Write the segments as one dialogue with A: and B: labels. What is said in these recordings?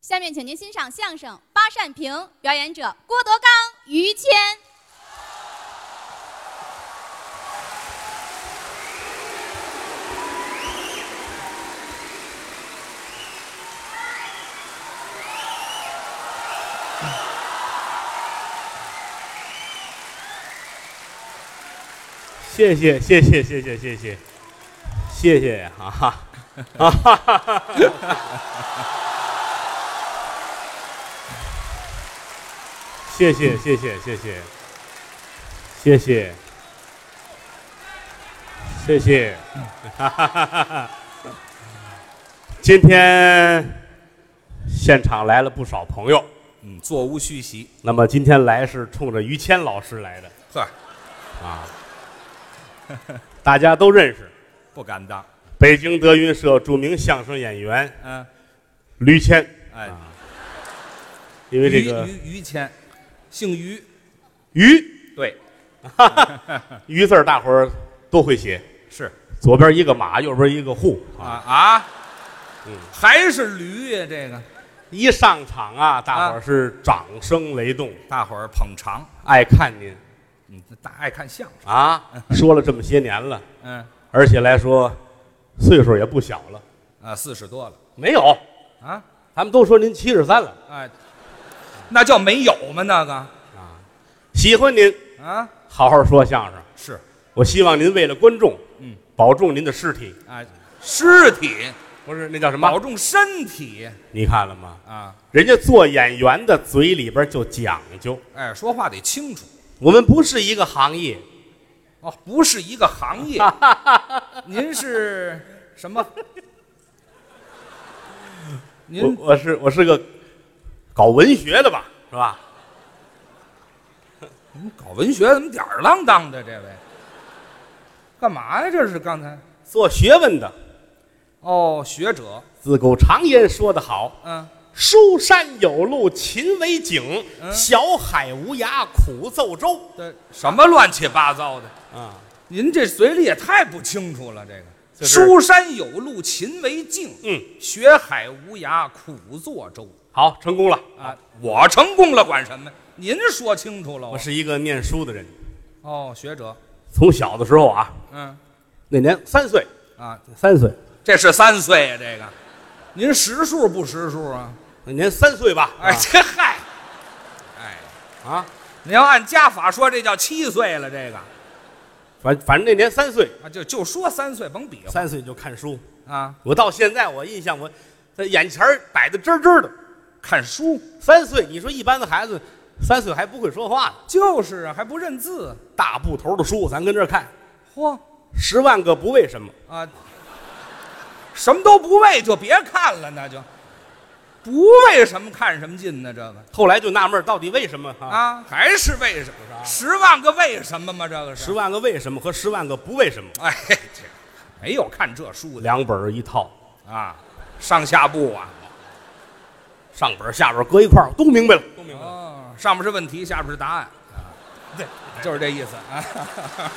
A: 下面，请您欣赏相声《八扇屏》，表演者郭德纲、于谦。
B: 谢谢谢谢谢谢谢谢，谢谢呀！啊哈，啊哈哈哈哈！谢谢谢谢谢谢，谢谢，谢谢，哈哈哈哈哈！今天现场来了不少朋友，
C: 嗯，座无虚席。
B: 那么今天来是冲着于谦老师来的。
C: 呵，
B: 啊，大家都认识，
C: 不敢当。
B: 北京德云社著名相声演员
C: 嗯，
B: 于谦，
C: 哎，
B: 因为啊这个
C: 于于于谦，姓于，
B: 于
C: 对，
B: 于字儿大伙儿都会写，
C: 是
B: 左边一个马，右边一个户
C: 啊
B: 啊。
C: 啊
B: 嗯，
C: 还是驴呀？这个
B: 一上场啊，大伙儿是掌声雷动，
C: 大伙儿捧场，
B: 爱看您
C: 嗯，大爱看相 声，
B: 啊。说了这么些年了，
C: 嗯
B: 而且来说岁数也不小了，
C: 啊，四十多了
B: 没有，
C: 啊，
B: 他们都说您七十三了，
C: 哎，那叫没有吗？那个
B: 喜欢您，
C: 啊，
B: 好好说相声。
C: 是
B: 我希望您为了观众，
C: 嗯，
B: 保重您的尸体，
C: 啊，尸体
B: 不是那叫什么
C: 保？重身体
B: 你看了吗？
C: 啊，
B: 人家做演员的嘴里边就讲究，
C: 哎，说话得清楚
B: 我们不是一个行业，
C: 哦，不是一个行 业。您是什 么？您
B: 我我是我是个搞文学的吧，是吧？
C: 搞文学怎么吊儿郎当的？这位干嘛呀？这是刚才
B: 做学问的，
C: 哦，学者，
B: 自古常言说得好
C: 嗯，：“
B: 书山有路勤为径，
C: 嗯
B: 小海无涯苦奏舟。
C: 这什么乱七八糟的？”
B: 啊，
C: 您这嘴里也太不清楚了。这个、
B: 就是
C: 书山有路勤为径，
B: 嗯，
C: 学海无涯苦作舟
B: 好，成功了。
C: 啊！我成功了，管什么？您说清楚了
B: 我
C: 哦。
B: 是一个念书的人，
C: 哦，学者，
B: 从小的时候啊，
C: 嗯
B: 那年三岁，
C: 啊，
B: 三岁，
C: 这是三岁呀、这个您识数不识数啊？
B: 那年三岁吧，
C: 哎，这嗨，哎。
B: 啊啊，
C: 你要按家法说，这叫七岁了。这个
B: 反反正那年三岁，
C: 啊，就就说三岁，甭比划
B: 三岁就看书。
C: 啊。
B: 我到现在我印象我，在眼前儿摆的真真的。
C: 看书
B: 三岁，你说一般的孩子，三岁还不会说话呢。
C: 就是啊，还不认字，
B: 大部头的书，咱跟这儿看，
C: 嚯
B: 十万个不为什么，
C: 啊，什么都不为，就别看了，那就不为什么看什么劲呢？这个
B: 后来就纳闷儿到底为什么啊？
C: 啊，还是为什么？十万个为什么吗？这个
B: 十
C: 是
B: 万个为什么和十万个不为什么，
C: 哎，这没有看这书的
B: 两本儿一套，
C: 啊，上下部啊，
B: 上本儿下边儿搁一块儿，都明白了，都明白了。
C: 哦，上面是问题，下面是答案啊，对，就是这意思 啊。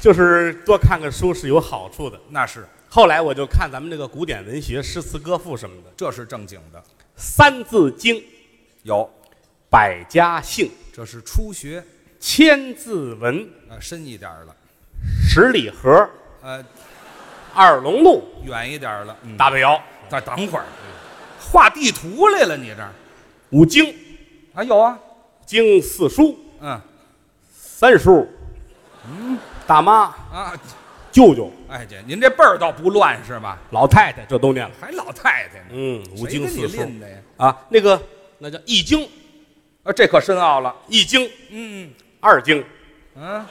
B: 就是多看看书是有好处的。
C: 那是，
B: 后来我就看咱们这个古典文学、诗词歌赋什么的，《
C: 这是正经的，
B: 三字经》《
C: 有
B: 百家姓》《
C: 这是初学，
B: 千字文》《
C: 呃，深一点儿了，
B: 十里河》《
C: 呃，
B: 二龙路》
C: 远一点儿了。
B: 大北窑、
C: 再等会儿，画地图来了，你这儿
B: 五经、
C: 啊有啊，
B: 经四书、
C: 嗯
B: 三叔、大妈、
C: 啊，
B: 舅舅、
C: 哎姐，您这辈儿倒不乱是吧？
B: 老太太，这都念了。
C: 还老太太呢，
B: 嗯，五
C: 谁
B: 经
C: 跟你
B: 四书
C: 吝的呀？
B: 啊，那个那叫一经、
C: 啊，这可深奥了。
B: 一经、
C: 嗯
B: 二经、
C: 嗯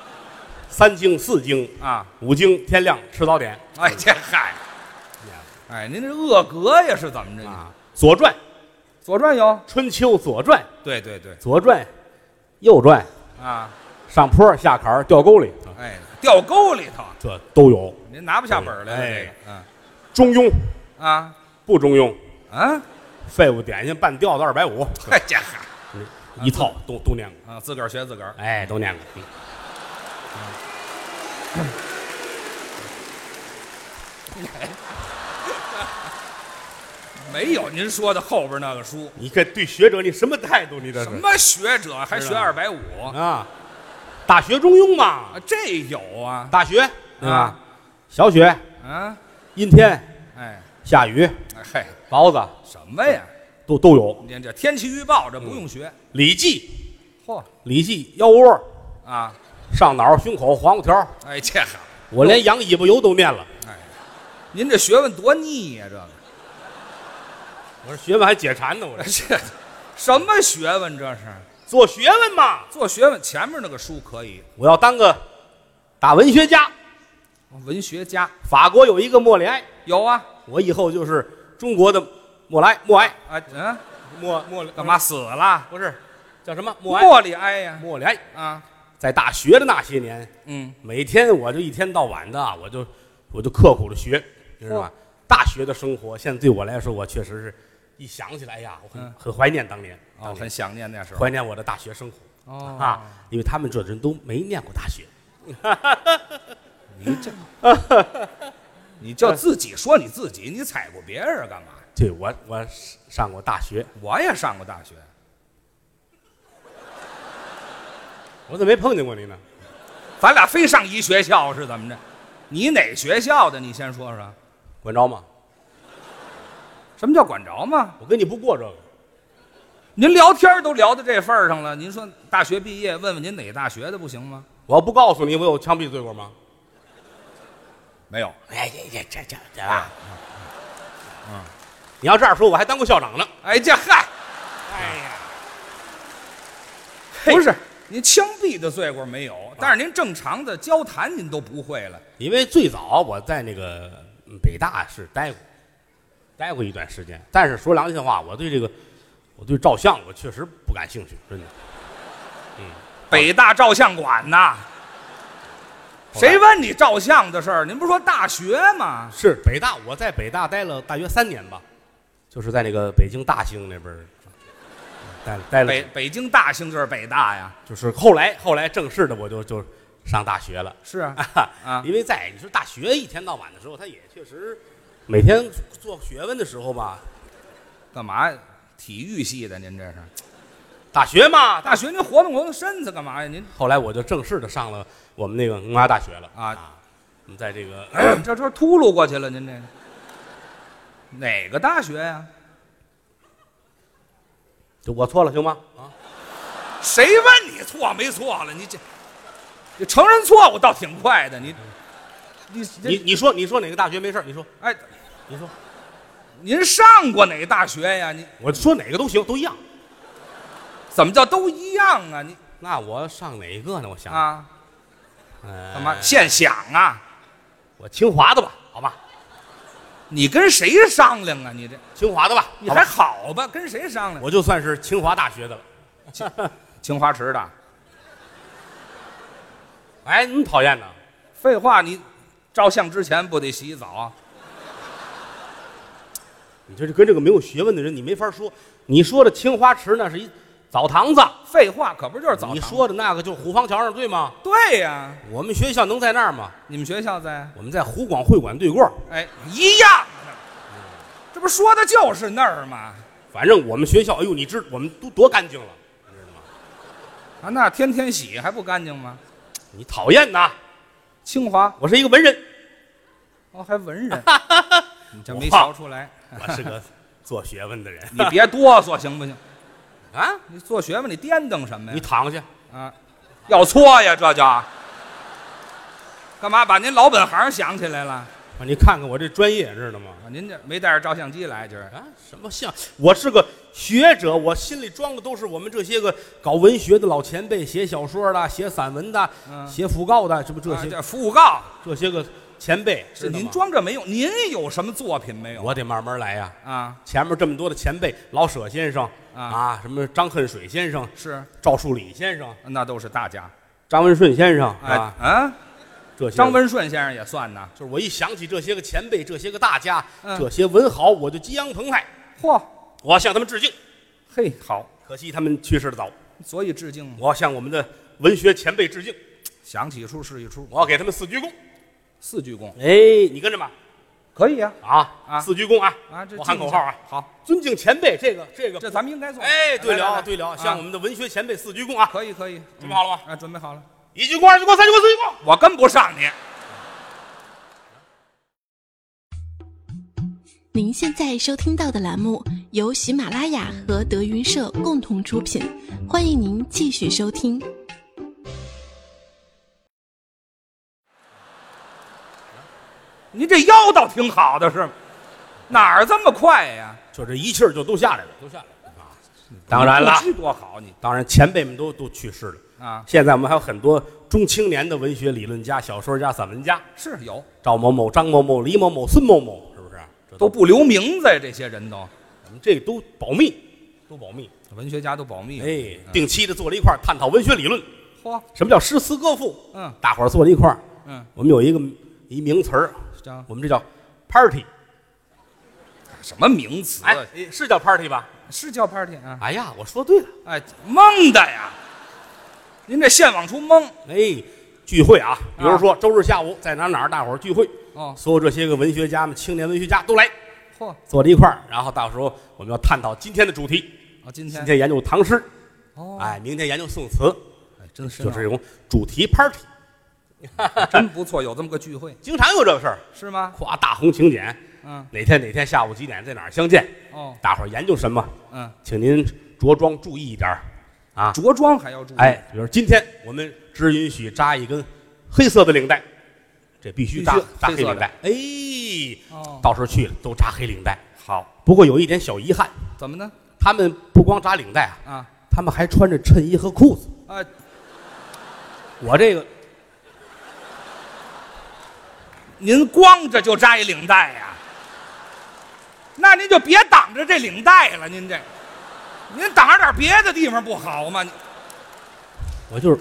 B: 三经、四经、
C: 啊，
B: 五经，天亮吃早点
C: 哎这嗨， 哎您这恶格呀是怎么着？
B: 啊，《左传》
C: 《左传》有，
B: 《春秋》《左传》
C: 对对对
B: 《左传》《右传》，
C: 啊，
B: 上坡下坎儿掉沟里，
C: 哎掉沟里头，
B: 这都有。
C: 您拿不下本儿来了
B: 哎
C: 这个，
B: 中庸
C: 嗯啊
B: 不中庸，
C: 啊，
B: 废物点心半吊子二百五，
C: 哎这嗨。
B: 一套都都念过。
C: 啊，自个儿学自个儿。
B: 哎，都念过。嗯
C: 没有您说的后边那个书。
B: 你看对学者你什么态度？你这是
C: 什么学者还学
B: 是啊
C: 二百五？
B: 啊？大学中庸嘛，
C: 啊，这有啊
B: 大学对吧
C: 啊？
B: 小雪、
C: 啊！
B: 阴天、
C: 哎，
B: 下雨、
C: 哎嘿，
B: 雹子
C: 什么呀？
B: 都都有。
C: 你看这天气预报这不用学。
B: 李记，
C: 嚯
B: 李记腰窝、
C: 啊！
B: 上脑、胸口、黄瓜条，
C: 哎，这好，
B: 我连羊尾巴油都念了。
C: 您这学问多腻呀、
B: 我说学问还解馋呢，我这
C: 这个这什么学问这是？
B: 做学问嘛，
C: 做学问前面那个书可以，
B: 我要当个大文学家。
C: 文学家
B: 法国有一个莫里埃，
C: 有啊
B: 我以后就是中国的莫莱莫埃
C: 啊嗯，
B: 莫莫里
C: 干嘛死了？
B: 不是叫什么莫埃
C: 莫里哀呀
B: 莫里埃，
C: 啊
B: 在大学的那些年，
C: 嗯，
B: 每天我就一天到晚的啊，我就我就刻苦的学，你知道吗？大学的生活，现在对我来说，我确实是一想起来，哎呀，我很、
C: 嗯
B: 很怀念当年，
C: 哦，很想念那时候
B: 怀念我的大学生活、
C: 哦
B: 啊，因为他们这人都没念过大学，
C: 你这，你就自己说你自己，你踩过别人干嘛？
B: 对我我上过大学，
C: 我也上过大学，
B: 我怎么没碰见过你呢？
C: 咱俩非上一学校是怎么着？你哪学校的？你先说说。
B: 管着吗？
C: 什么叫管着吗？
B: 我跟你不过这个，
C: 您聊天都聊到这份儿上了，您说大学毕业，问问您哪大学的不行吗？
B: 我要不告诉你，我有枪毙罪过吗？
C: 没有
B: 哎，这这这这嗯这吧，嗯，你要这样说，我还当过校长呢。
C: 哎，这嗨，
B: 哎呀，
C: 不是您枪毙的罪过没有，但是您正常的交谈您都不会了。
B: 因为最早我在那个嗯北大是待过，待过一段时间。但是说良心话，我对这个，我对照相我确实不感兴趣，真的。
C: 北大照相馆呐，谁问你照相的事儿？您不是说大学吗？
B: 是北大，我在北大待了大约三年吧，就是在那个北京大兴那边儿待待了。
C: 北北京大兴就是北大呀，
B: 就是后来后来正式的我就就上大学了。
C: 是啊，啊
B: 因为在你说大学一天到晚的时候，他也确实每天做学问的时候吧，
C: 干嘛呀？体育系的您这是？
B: 大学嘛。
C: 大学您活动活动身子干嘛呀？您
B: 后来我就正式的上了我们那个文化大学了
C: 啊
B: 我们在这个
C: 这这秃噜过去了，您这哪个大学呀、
B: 就我错了行吗？啊，
C: 谁问你错没错了？你这你承认错误倒挺快的，你你
B: 你你说你说哪个大学没事儿你说
C: 哎，
B: 你说，
C: 您上过哪个大学呀？你
B: 我说哪个都行，都一样。
C: 怎么叫都一样啊？你
B: 那我上哪个呢？我想，
C: 啊，
B: 呃
C: 干嘛现想啊？
B: 我清华的吧，好吧，
C: 你跟谁商量啊？你这
B: 清华的吧，
C: 你
B: 好
C: 还
B: 吧，
C: 好吧？跟谁商量？
B: 我就算是清华大学的了。
C: 清华池的。
B: 哎，你讨厌呢？
C: 废话，你照相之前不得洗澡？啊
B: 你这是跟这个没有学问的人，你没法说。你说的青花池那是一澡堂子，
C: 废话，可不就是澡堂？
B: 你说的那个就是虎坊桥上对吗？
C: 对呀、
B: 我们学校能在那儿吗？
C: 你们学校在？
B: 我们在湖广会馆对过，
C: 哎，一样的，这不说的就是那儿吗？
B: 反正我们学校，哎呦，你知我们都多干净了，你知道吗？
C: 啊，那天天洗还不干净吗？
B: 你讨厌呐！
C: 清华
B: 我是一个文人，
C: 哦，还文 人，你这没
B: 我怕
C: 瞧出来，
B: 我是个做学问的 人
C: 你别哆嗦行不行？
B: 啊！
C: 你做学问你颠腾什么
B: 你
C: 呀？
B: 躺下，
C: 啊，要搓呀，这就干嘛把您老本行想起来了？
B: 啊你看看我这专业，知道吗？
C: 啊，您这没带着照相机来今儿？
B: 啊，什么像？我是个学者，我心里装的都是我们这些个搞文学的老前辈，写小说的、写散文的、
C: 嗯
B: 写讣告的，什么这
C: 啊
B: 些
C: 这讣告
B: 这些个前辈，
C: 是
B: 知道
C: 您
B: 吗，
C: 装这没用，您有什么作品没有
B: 我得慢慢来呀。
C: 啊？
B: 前面这么多的前辈，老舍先生
C: 啊
B: 什么张恨水先生、
C: 是，
B: 赵树理先生、
C: 那都是大家。
B: 张文顺先生
C: 哎
B: 啊，
C: 啊，
B: 这些
C: 张文顺先生也算呐。
B: 就是我一想起这些个前辈、这些个大家、
C: 嗯
B: 这些文豪，我就激昂澎湃，
C: 嚯，
B: 我要向他们致敬。
C: 嘿，好，
B: 可惜他们去世的早，
C: 所以致敬嘛。
B: 我要向我们的文学前辈致敬，
C: 想起一出是一出，
B: 我要给他们四鞠躬。
C: 四鞠躬。
B: 哎，你跟着吧，
C: 可以啊，
B: 啊
C: 啊
B: 四鞠躬啊，
C: 啊，这
B: 我喊口号啊，，
C: 好，
B: 尊敬前辈，这个这个
C: 这咱们应该做。
B: 哎，对
C: 来
B: 了
C: 来
B: 啊，
C: 来
B: 对了啊，
C: 啊
B: 向我们的文学前辈四鞠躬啊，
C: 可以可以，
B: 准备好了吗？
C: 啊，准备好了，
B: 一鞠躬，二鞠躬，三鞠躬，四鞠躬。
C: 我跟不上你。
D: 您现在收听到的栏目由喜马拉雅和德云社共同出品，欢迎您继续收听。
C: 您这腰倒挺好的是吗？哪儿这么快呀？
B: 就这一气儿就都下来了，都下来了啊！当然了，
C: 这多好你
B: 当然前辈们都都去世了。
C: 啊！
B: 现在我们还有很多中青年的文学理论家、小说家、散文家，
C: 是有
B: 赵某某、张某某、李某某、孙某某，是不是？这
C: 都不留名字呀，这些人都
B: 我们这都保密，都保密。
C: 文学家都保密。
B: 哎，
C: 嗯
B: 定期的坐在一块儿探讨文学理论，
C: 嚯，
B: 什么叫诗词歌赋？
C: 嗯
B: 大伙儿坐在一块儿，
C: 嗯，
B: 我们有一个一名词儿，
C: 这
B: 我们这叫 party。
C: 什么名词啊？
B: 哎，是叫 party 吧？
C: 是叫 party 啊？
B: 哎呀，我说对了。
C: 哎，蒙的呀！您这现往出蒙
B: 哎，聚会啊，比如说周日下午在哪儿哪儿，大伙儿聚会，
C: 哦，
B: 所有这些个文学家们、青年文学家都来
C: 嚯！
B: 坐在一块儿，然后到时候我们要探讨今天的主题，
C: 啊，今
B: 今
C: 天
B: 天研究唐诗，
C: 哦，
B: 哎，明天研究宋词，
C: 哎，真是
B: 就
C: 呢
B: 是这啊种主题 party，
C: 真不错，有这么个聚会
B: 经常有这个事儿，
C: 是吗？
B: 夸大红请柬，
C: 嗯，
B: 哪天哪天下午几点在哪儿相见，
C: 哦，
B: 大伙儿研究什么，
C: 嗯，
B: 请您着装注意一点儿啊。
C: 着装还要注意，
B: 哎，，比如今天我们只允许扎一根黑色的领带，这必须扎
C: 必须
B: 扎
C: 黑
B: 黑
C: 色的
B: 领带。哎，
C: 哦，
B: 到时候去了都扎黑领带。
C: 好，
B: 不过有一点小遗憾，
C: 怎么呢？
B: 他们不光扎领带啊，
C: 啊，
B: 他们还穿着衬衣和裤子。
C: 哎，
B: 我这个
C: 您光着就扎一领带呀、那您就别挡着这领带了，您这，您挡着点别的地方不好吗？
B: 我就是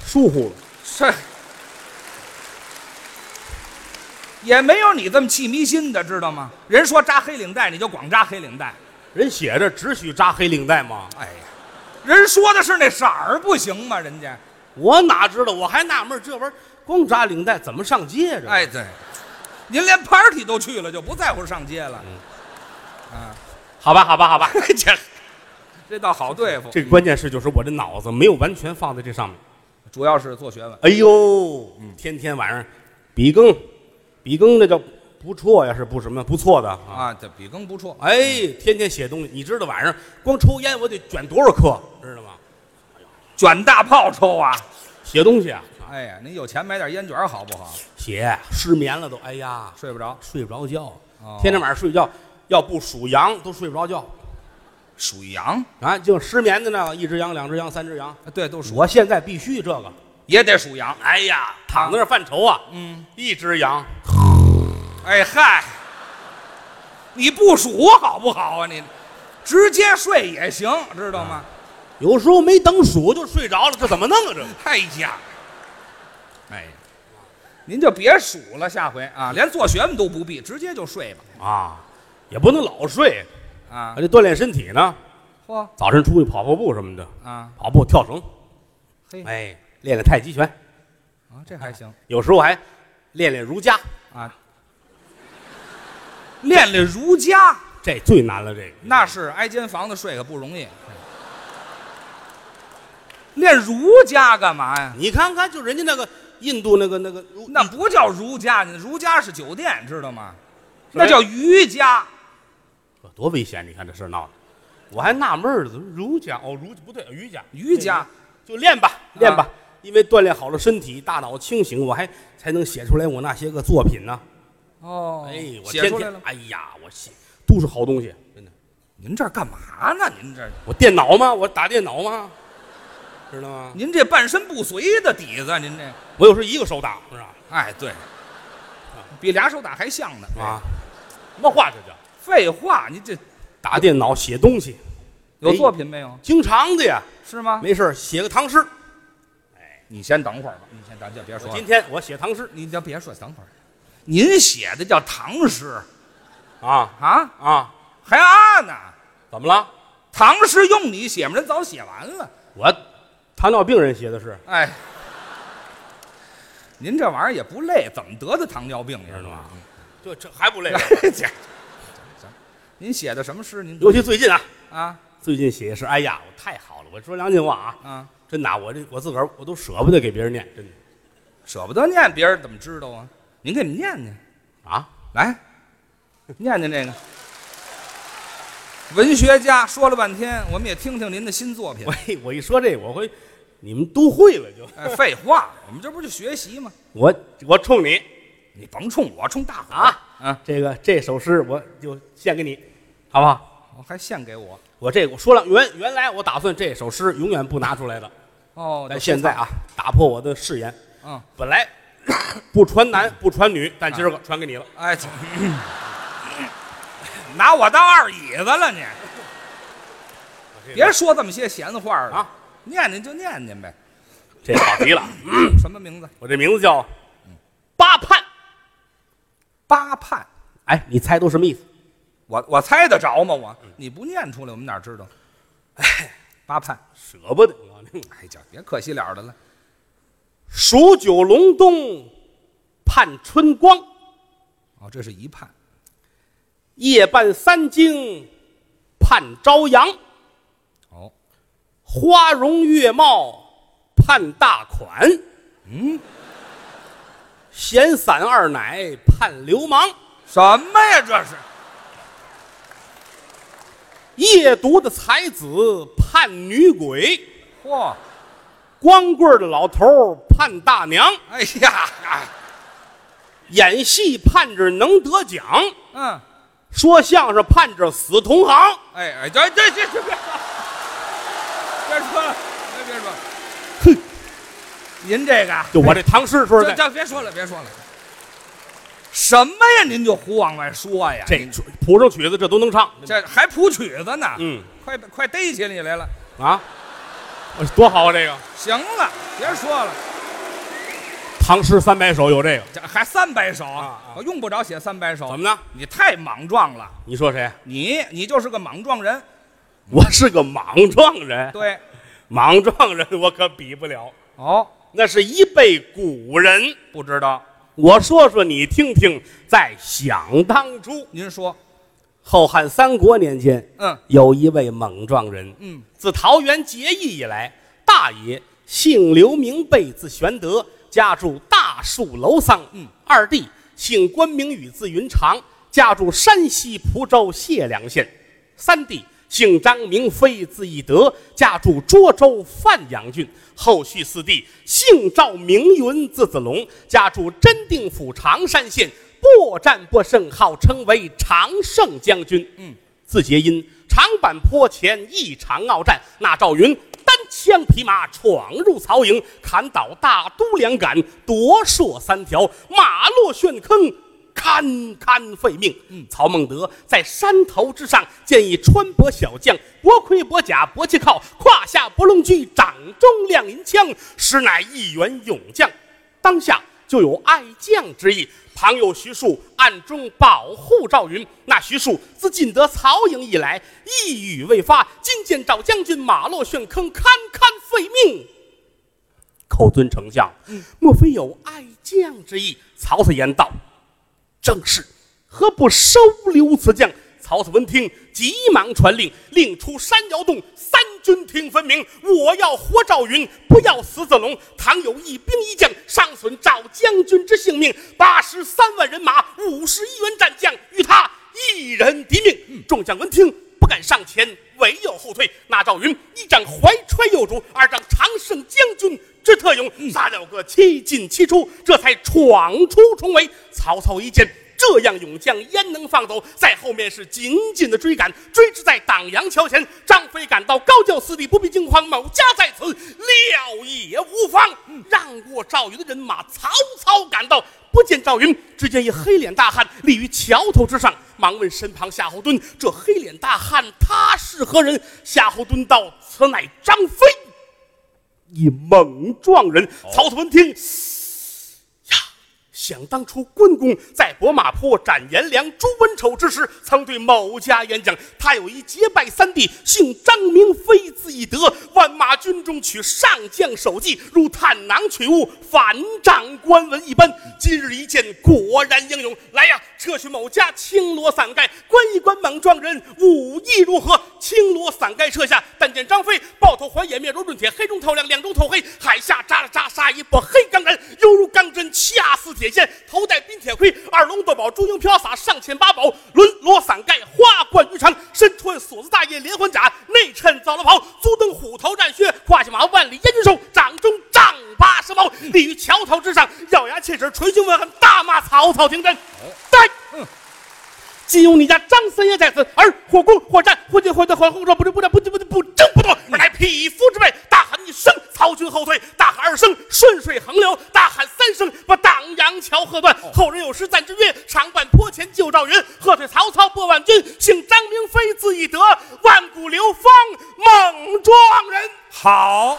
B: 疏疏忽了。
C: 这也没有你这么气迷心的，知道吗？人说扎黑领带，你就光扎黑领带，
B: 人写着只许扎黑领带吗？
C: 哎呀，人说的是那色儿不行吗？人家，
B: 我哪知道？我还纳闷儿这玩意儿光扎领带怎么上街啊这？
C: 哎，对，您连 party 都去了，就不在乎上街了，
B: 嗯
C: 啊，
B: 好吧，好吧，好吧。
C: 这这倒好对付，
B: 这个关键是就是我这脑子没有完全放在这上面。
C: 主要是做学问。
B: 哎呦，天天晚上比更，比更那叫不错呀，是不什么不错的啊。
C: 啊，这笔耕不错。
B: 哎，天天写东西，你知道晚上光抽烟我得卷多少克，知道吗？
C: 卷大炮抽啊！
B: 写东西啊，
C: 哎呀，您有钱买点烟卷好不好？
B: 写失眠了都，哎呀，
C: 睡不着，
B: 睡不着觉，
C: 哦
B: 天天晚上睡觉，要不数羊都睡不着觉
C: 属羊，
B: 啊，就失眠的呢，一只羊、两只羊、三只羊，
C: 啊对，都属，
B: 我现在必须这个，
C: 也得属羊。
B: 哎呀，躺在那儿犯愁啊，
C: 嗯，
B: 一只羊，
C: 哎嗨，你不数好不好啊？你直接睡也行，知道吗？
B: 有时候没等数就睡着了，这怎么弄啊？这个
C: 哎呀，哎呀，您就别数了，下回啊，连做学问都不必，直接就睡吧。
B: 啊，也不能老睡，
C: 啊
B: 还，得锻炼身体呢。
C: 嚯
B: 早晨出去跑跑步什么的，
C: 啊，
B: 跑步、跳绳，
C: 嘿
B: 哎，练练太极拳，
C: 啊，这还行
B: 有时候还练练儒家，
C: 啊。练练儒家。
B: 这最难了。这个
C: 那是挨间房子睡可不容易。练儒家干嘛呀？
B: 你看看，就人家那个印度那个那个儒，
C: 那不叫儒家，你儒家是酒店，知道吗？
B: 什么
C: 那
B: 呀
C: 叫瑜伽。
B: 多危险！你看这事儿闹的，我还纳闷儿了，怎么儒家哦，儒不对，瑜伽，
C: 瑜伽啊
B: 就练吧，练吧，因为锻炼好了身体，大脑清醒，我还才能写出来我那些个作品呢。
C: 哦
B: 哎，我
C: 写
B: 天
C: 出来
B: 天
C: 了，。
B: 哎呀，我写都是好东西，真的。
C: 您这儿干嘛呢？您这儿
B: 我电脑吗？我打电脑吗？知道吗？
C: 您这半身不遂的底子，您这
B: 我有时候一个手打，是吧？
C: 哎对，比俩手打还像呢
B: 啊，什么话这叫？
C: 废话，您这
B: 打电脑写东西，
C: 有
B: 哎
C: 作品没有？
B: 经常的呀。
C: 是吗？
B: 没事儿写个唐诗。
C: 你先等会儿吧，你先咱就别说
B: 我
C: 了
B: 今天我写唐诗
C: 你就别说，等会儿。您写的叫唐诗
B: 啊
C: 啊？
B: 啊，
C: 还啊呢？
B: 怎么了？
C: 唐诗用你写吗？人早写完了。
B: 我糖尿病人写的是，
C: 哎，您这玩意儿也不累，怎么得的糖尿病？你
B: 知道吗？就这还不累啊
C: 这 您写的什么诗？您
B: 尤其最近啊，
C: 啊
B: 最近写的是，哎呀，我太好了！我说良心话啊，
C: 啊，
B: 真的啊，我这我自个儿我都舍不得给别人念，真的
C: 舍不得念，别人怎么知道啊？您给你们念念，
B: 啊，
C: 来，念念这个。文学家说了半天，我们也听听您的新作品
B: 我。一 我一说这，我会你们都会了就，
C: 哎，废话，我们这不就学习吗？
B: 我我冲你
C: 你甭冲我，冲大伙儿
B: 啊，
C: 啊！
B: 这个这首诗我就献给你，好不好？
C: 我还献给我
B: 我这个我说了，原原来我打算这首诗永远不拿出来的，
C: 哦。
B: 但
C: 就
B: 现在啊，打破我的誓言，
C: 嗯，
B: 本来 不传男不传女，但今儿个传给你了。
C: 哎，这 拿我当二椅子了你，别说这么些闲话了
B: 啊！
C: 念念就念念呗。
B: 这好极了，
C: 什么名字？
B: 我这名字叫八盼。
C: 八盼。
B: 哎，你猜都什么意思？
C: 我我猜得着吗？我你不念出来，我们哪知道？嗯哎， 八盼，
B: 舍不得。
C: 哎呀，别可惜了的了。
B: 数九隆冬，盼春光；
C: 哦，这是一盼，
B: 夜半三更，盼朝阳；
C: 哦，
B: 花容月貌，盼大款。嗯，闲散二奶，盼流氓；
C: 什么呀？这是
B: 夜读的才子，盼女鬼；
C: 嚯！
B: 光棍儿的老头儿，盼大娘；
C: 哎呀，哎
B: 演戏盼着能得奖，
C: 嗯，
B: 说相声盼着死同行。
C: 哎哎，这这这这别说了，别说了，别别说了。哼，您这个啊
B: 就我这唐诗说
C: 这
B: 的，
C: 这别说了，别说了。什么呀？您就胡往外说呀？
B: 这谱上曲子这都能唱，
C: 这还谱曲子呢？
B: 嗯
C: 快快逮起你来了！
B: 啊，我说多好啊！这个
C: 行了，别说了。
B: 唐诗三百首有这个，
C: 这还三百首
B: 啊啊
C: 我用不着写三百首。
B: 怎么呢？
C: 你太莽撞了，
B: 你说谁？
C: 你你就是个莽撞人。
B: 我是个莽撞人，
C: 对，
B: 莽撞人我可比不了，
C: 哦，
B: 那是一辈古人。
C: 不知道，
B: 我说说你听听，在想当初，
C: 您说，
B: 后汉三国年间，
C: 嗯
B: 有一位莽撞人，
C: 嗯，
B: 自桃园结义以来，大爷姓刘名备，字玄德，家住大树楼桑。
C: 嗯，
B: 二弟姓关名羽，字云长，家住山西蒲州解良县。三弟姓张名飞，字翼德，家住涿州范阳郡。后续四弟姓赵名云，字子龙，家住真定府常山县。不战不胜，号称为常胜将军。
C: 嗯，
B: 字节音，长坂坡前异常鏖战。那赵云单枪匹马闯入曹营，砍倒大都两杆，夺槊三条，马落陷坑。堪堪废命。曹孟德在山头之上建议穿薄小将，薄盔薄甲薄气靠，胯下薄龙驹，掌中亮银枪，实乃一员勇将。当下就有爱将之意。旁有徐庶暗中保护赵云。那徐庶自进得曹营以来，一语未发，今见赵将军马落陷坑，堪堪废命。嗯口尊丞相，莫非有爱将之意？曹操言道：“正是，何不收留此将？”曹操闻听，急忙传令，令出山摇动，三军听分明。我要活赵云，不要死子龙。倘有一兵一将伤损赵将军之性命，八十三万人马，五十一员战将，与他一人敌命。众将闻听，不敢上前，唯有后退。那赵云一掌怀揣右主，二掌常胜将军之特勇，杀了个七进七出，这才闯出重围。曹操一见。这样勇将焉能放走？在后面是紧紧的追赶，追至在党阳桥前，张飞赶到，高叫四弟不必惊慌，某家在此，料也无妨。让过赵云的人马，曹操赶到，不见赵云，只见一黑脸大汉立于桥头之上，忙问身旁夏侯惇：“这黑脸大汉他是何人？”夏侯惇道：“此乃张飞，一猛撞人。”曹操闻听，呀，想当初，关公在博马坡斩颜良、诛文丑之时，曾对某家演讲，他有一结拜三弟，姓张名飞，字翼德，万马军中取上将首级，如探囊取物，反掌官文一般。今日一见，果然英勇。来呀，撤去某家青罗伞盖，观一观莽撞人武艺如何？青罗伞盖撤下，但见张飞抱头环眼面如润铁，黑中透亮，两中透黑，海下扎了扎，杀一波黑钢人，犹如钢针，掐似铁线，头戴冰铁盔，二龙斗宝，珠缨飘洒，上嵌八宝，轮罗伞盖，花冠鱼肠，身穿锁子大叶连环甲，内衬枣罗袍，足蹬虎头战靴，胯下马万里烟军手，掌中丈八蛇矛，立于桥头之上，咬牙切齿，捶胸问恨，大骂曹操听真。在。今有你家张三爷在此，而火攻、火战、火箭、火箭、火轰炸，不争不战，不争不不争不斗，而乃匹夫之辈。大喊一声，曹军后退；大喊二声，顺水横流；大喊三声，把党阳桥喝断。后人有诗赞之曰：“长坂坡前旧赵云，喝退曹操破万军。姓张名飞，字翼德，万古流芳梦中人。”
C: 好，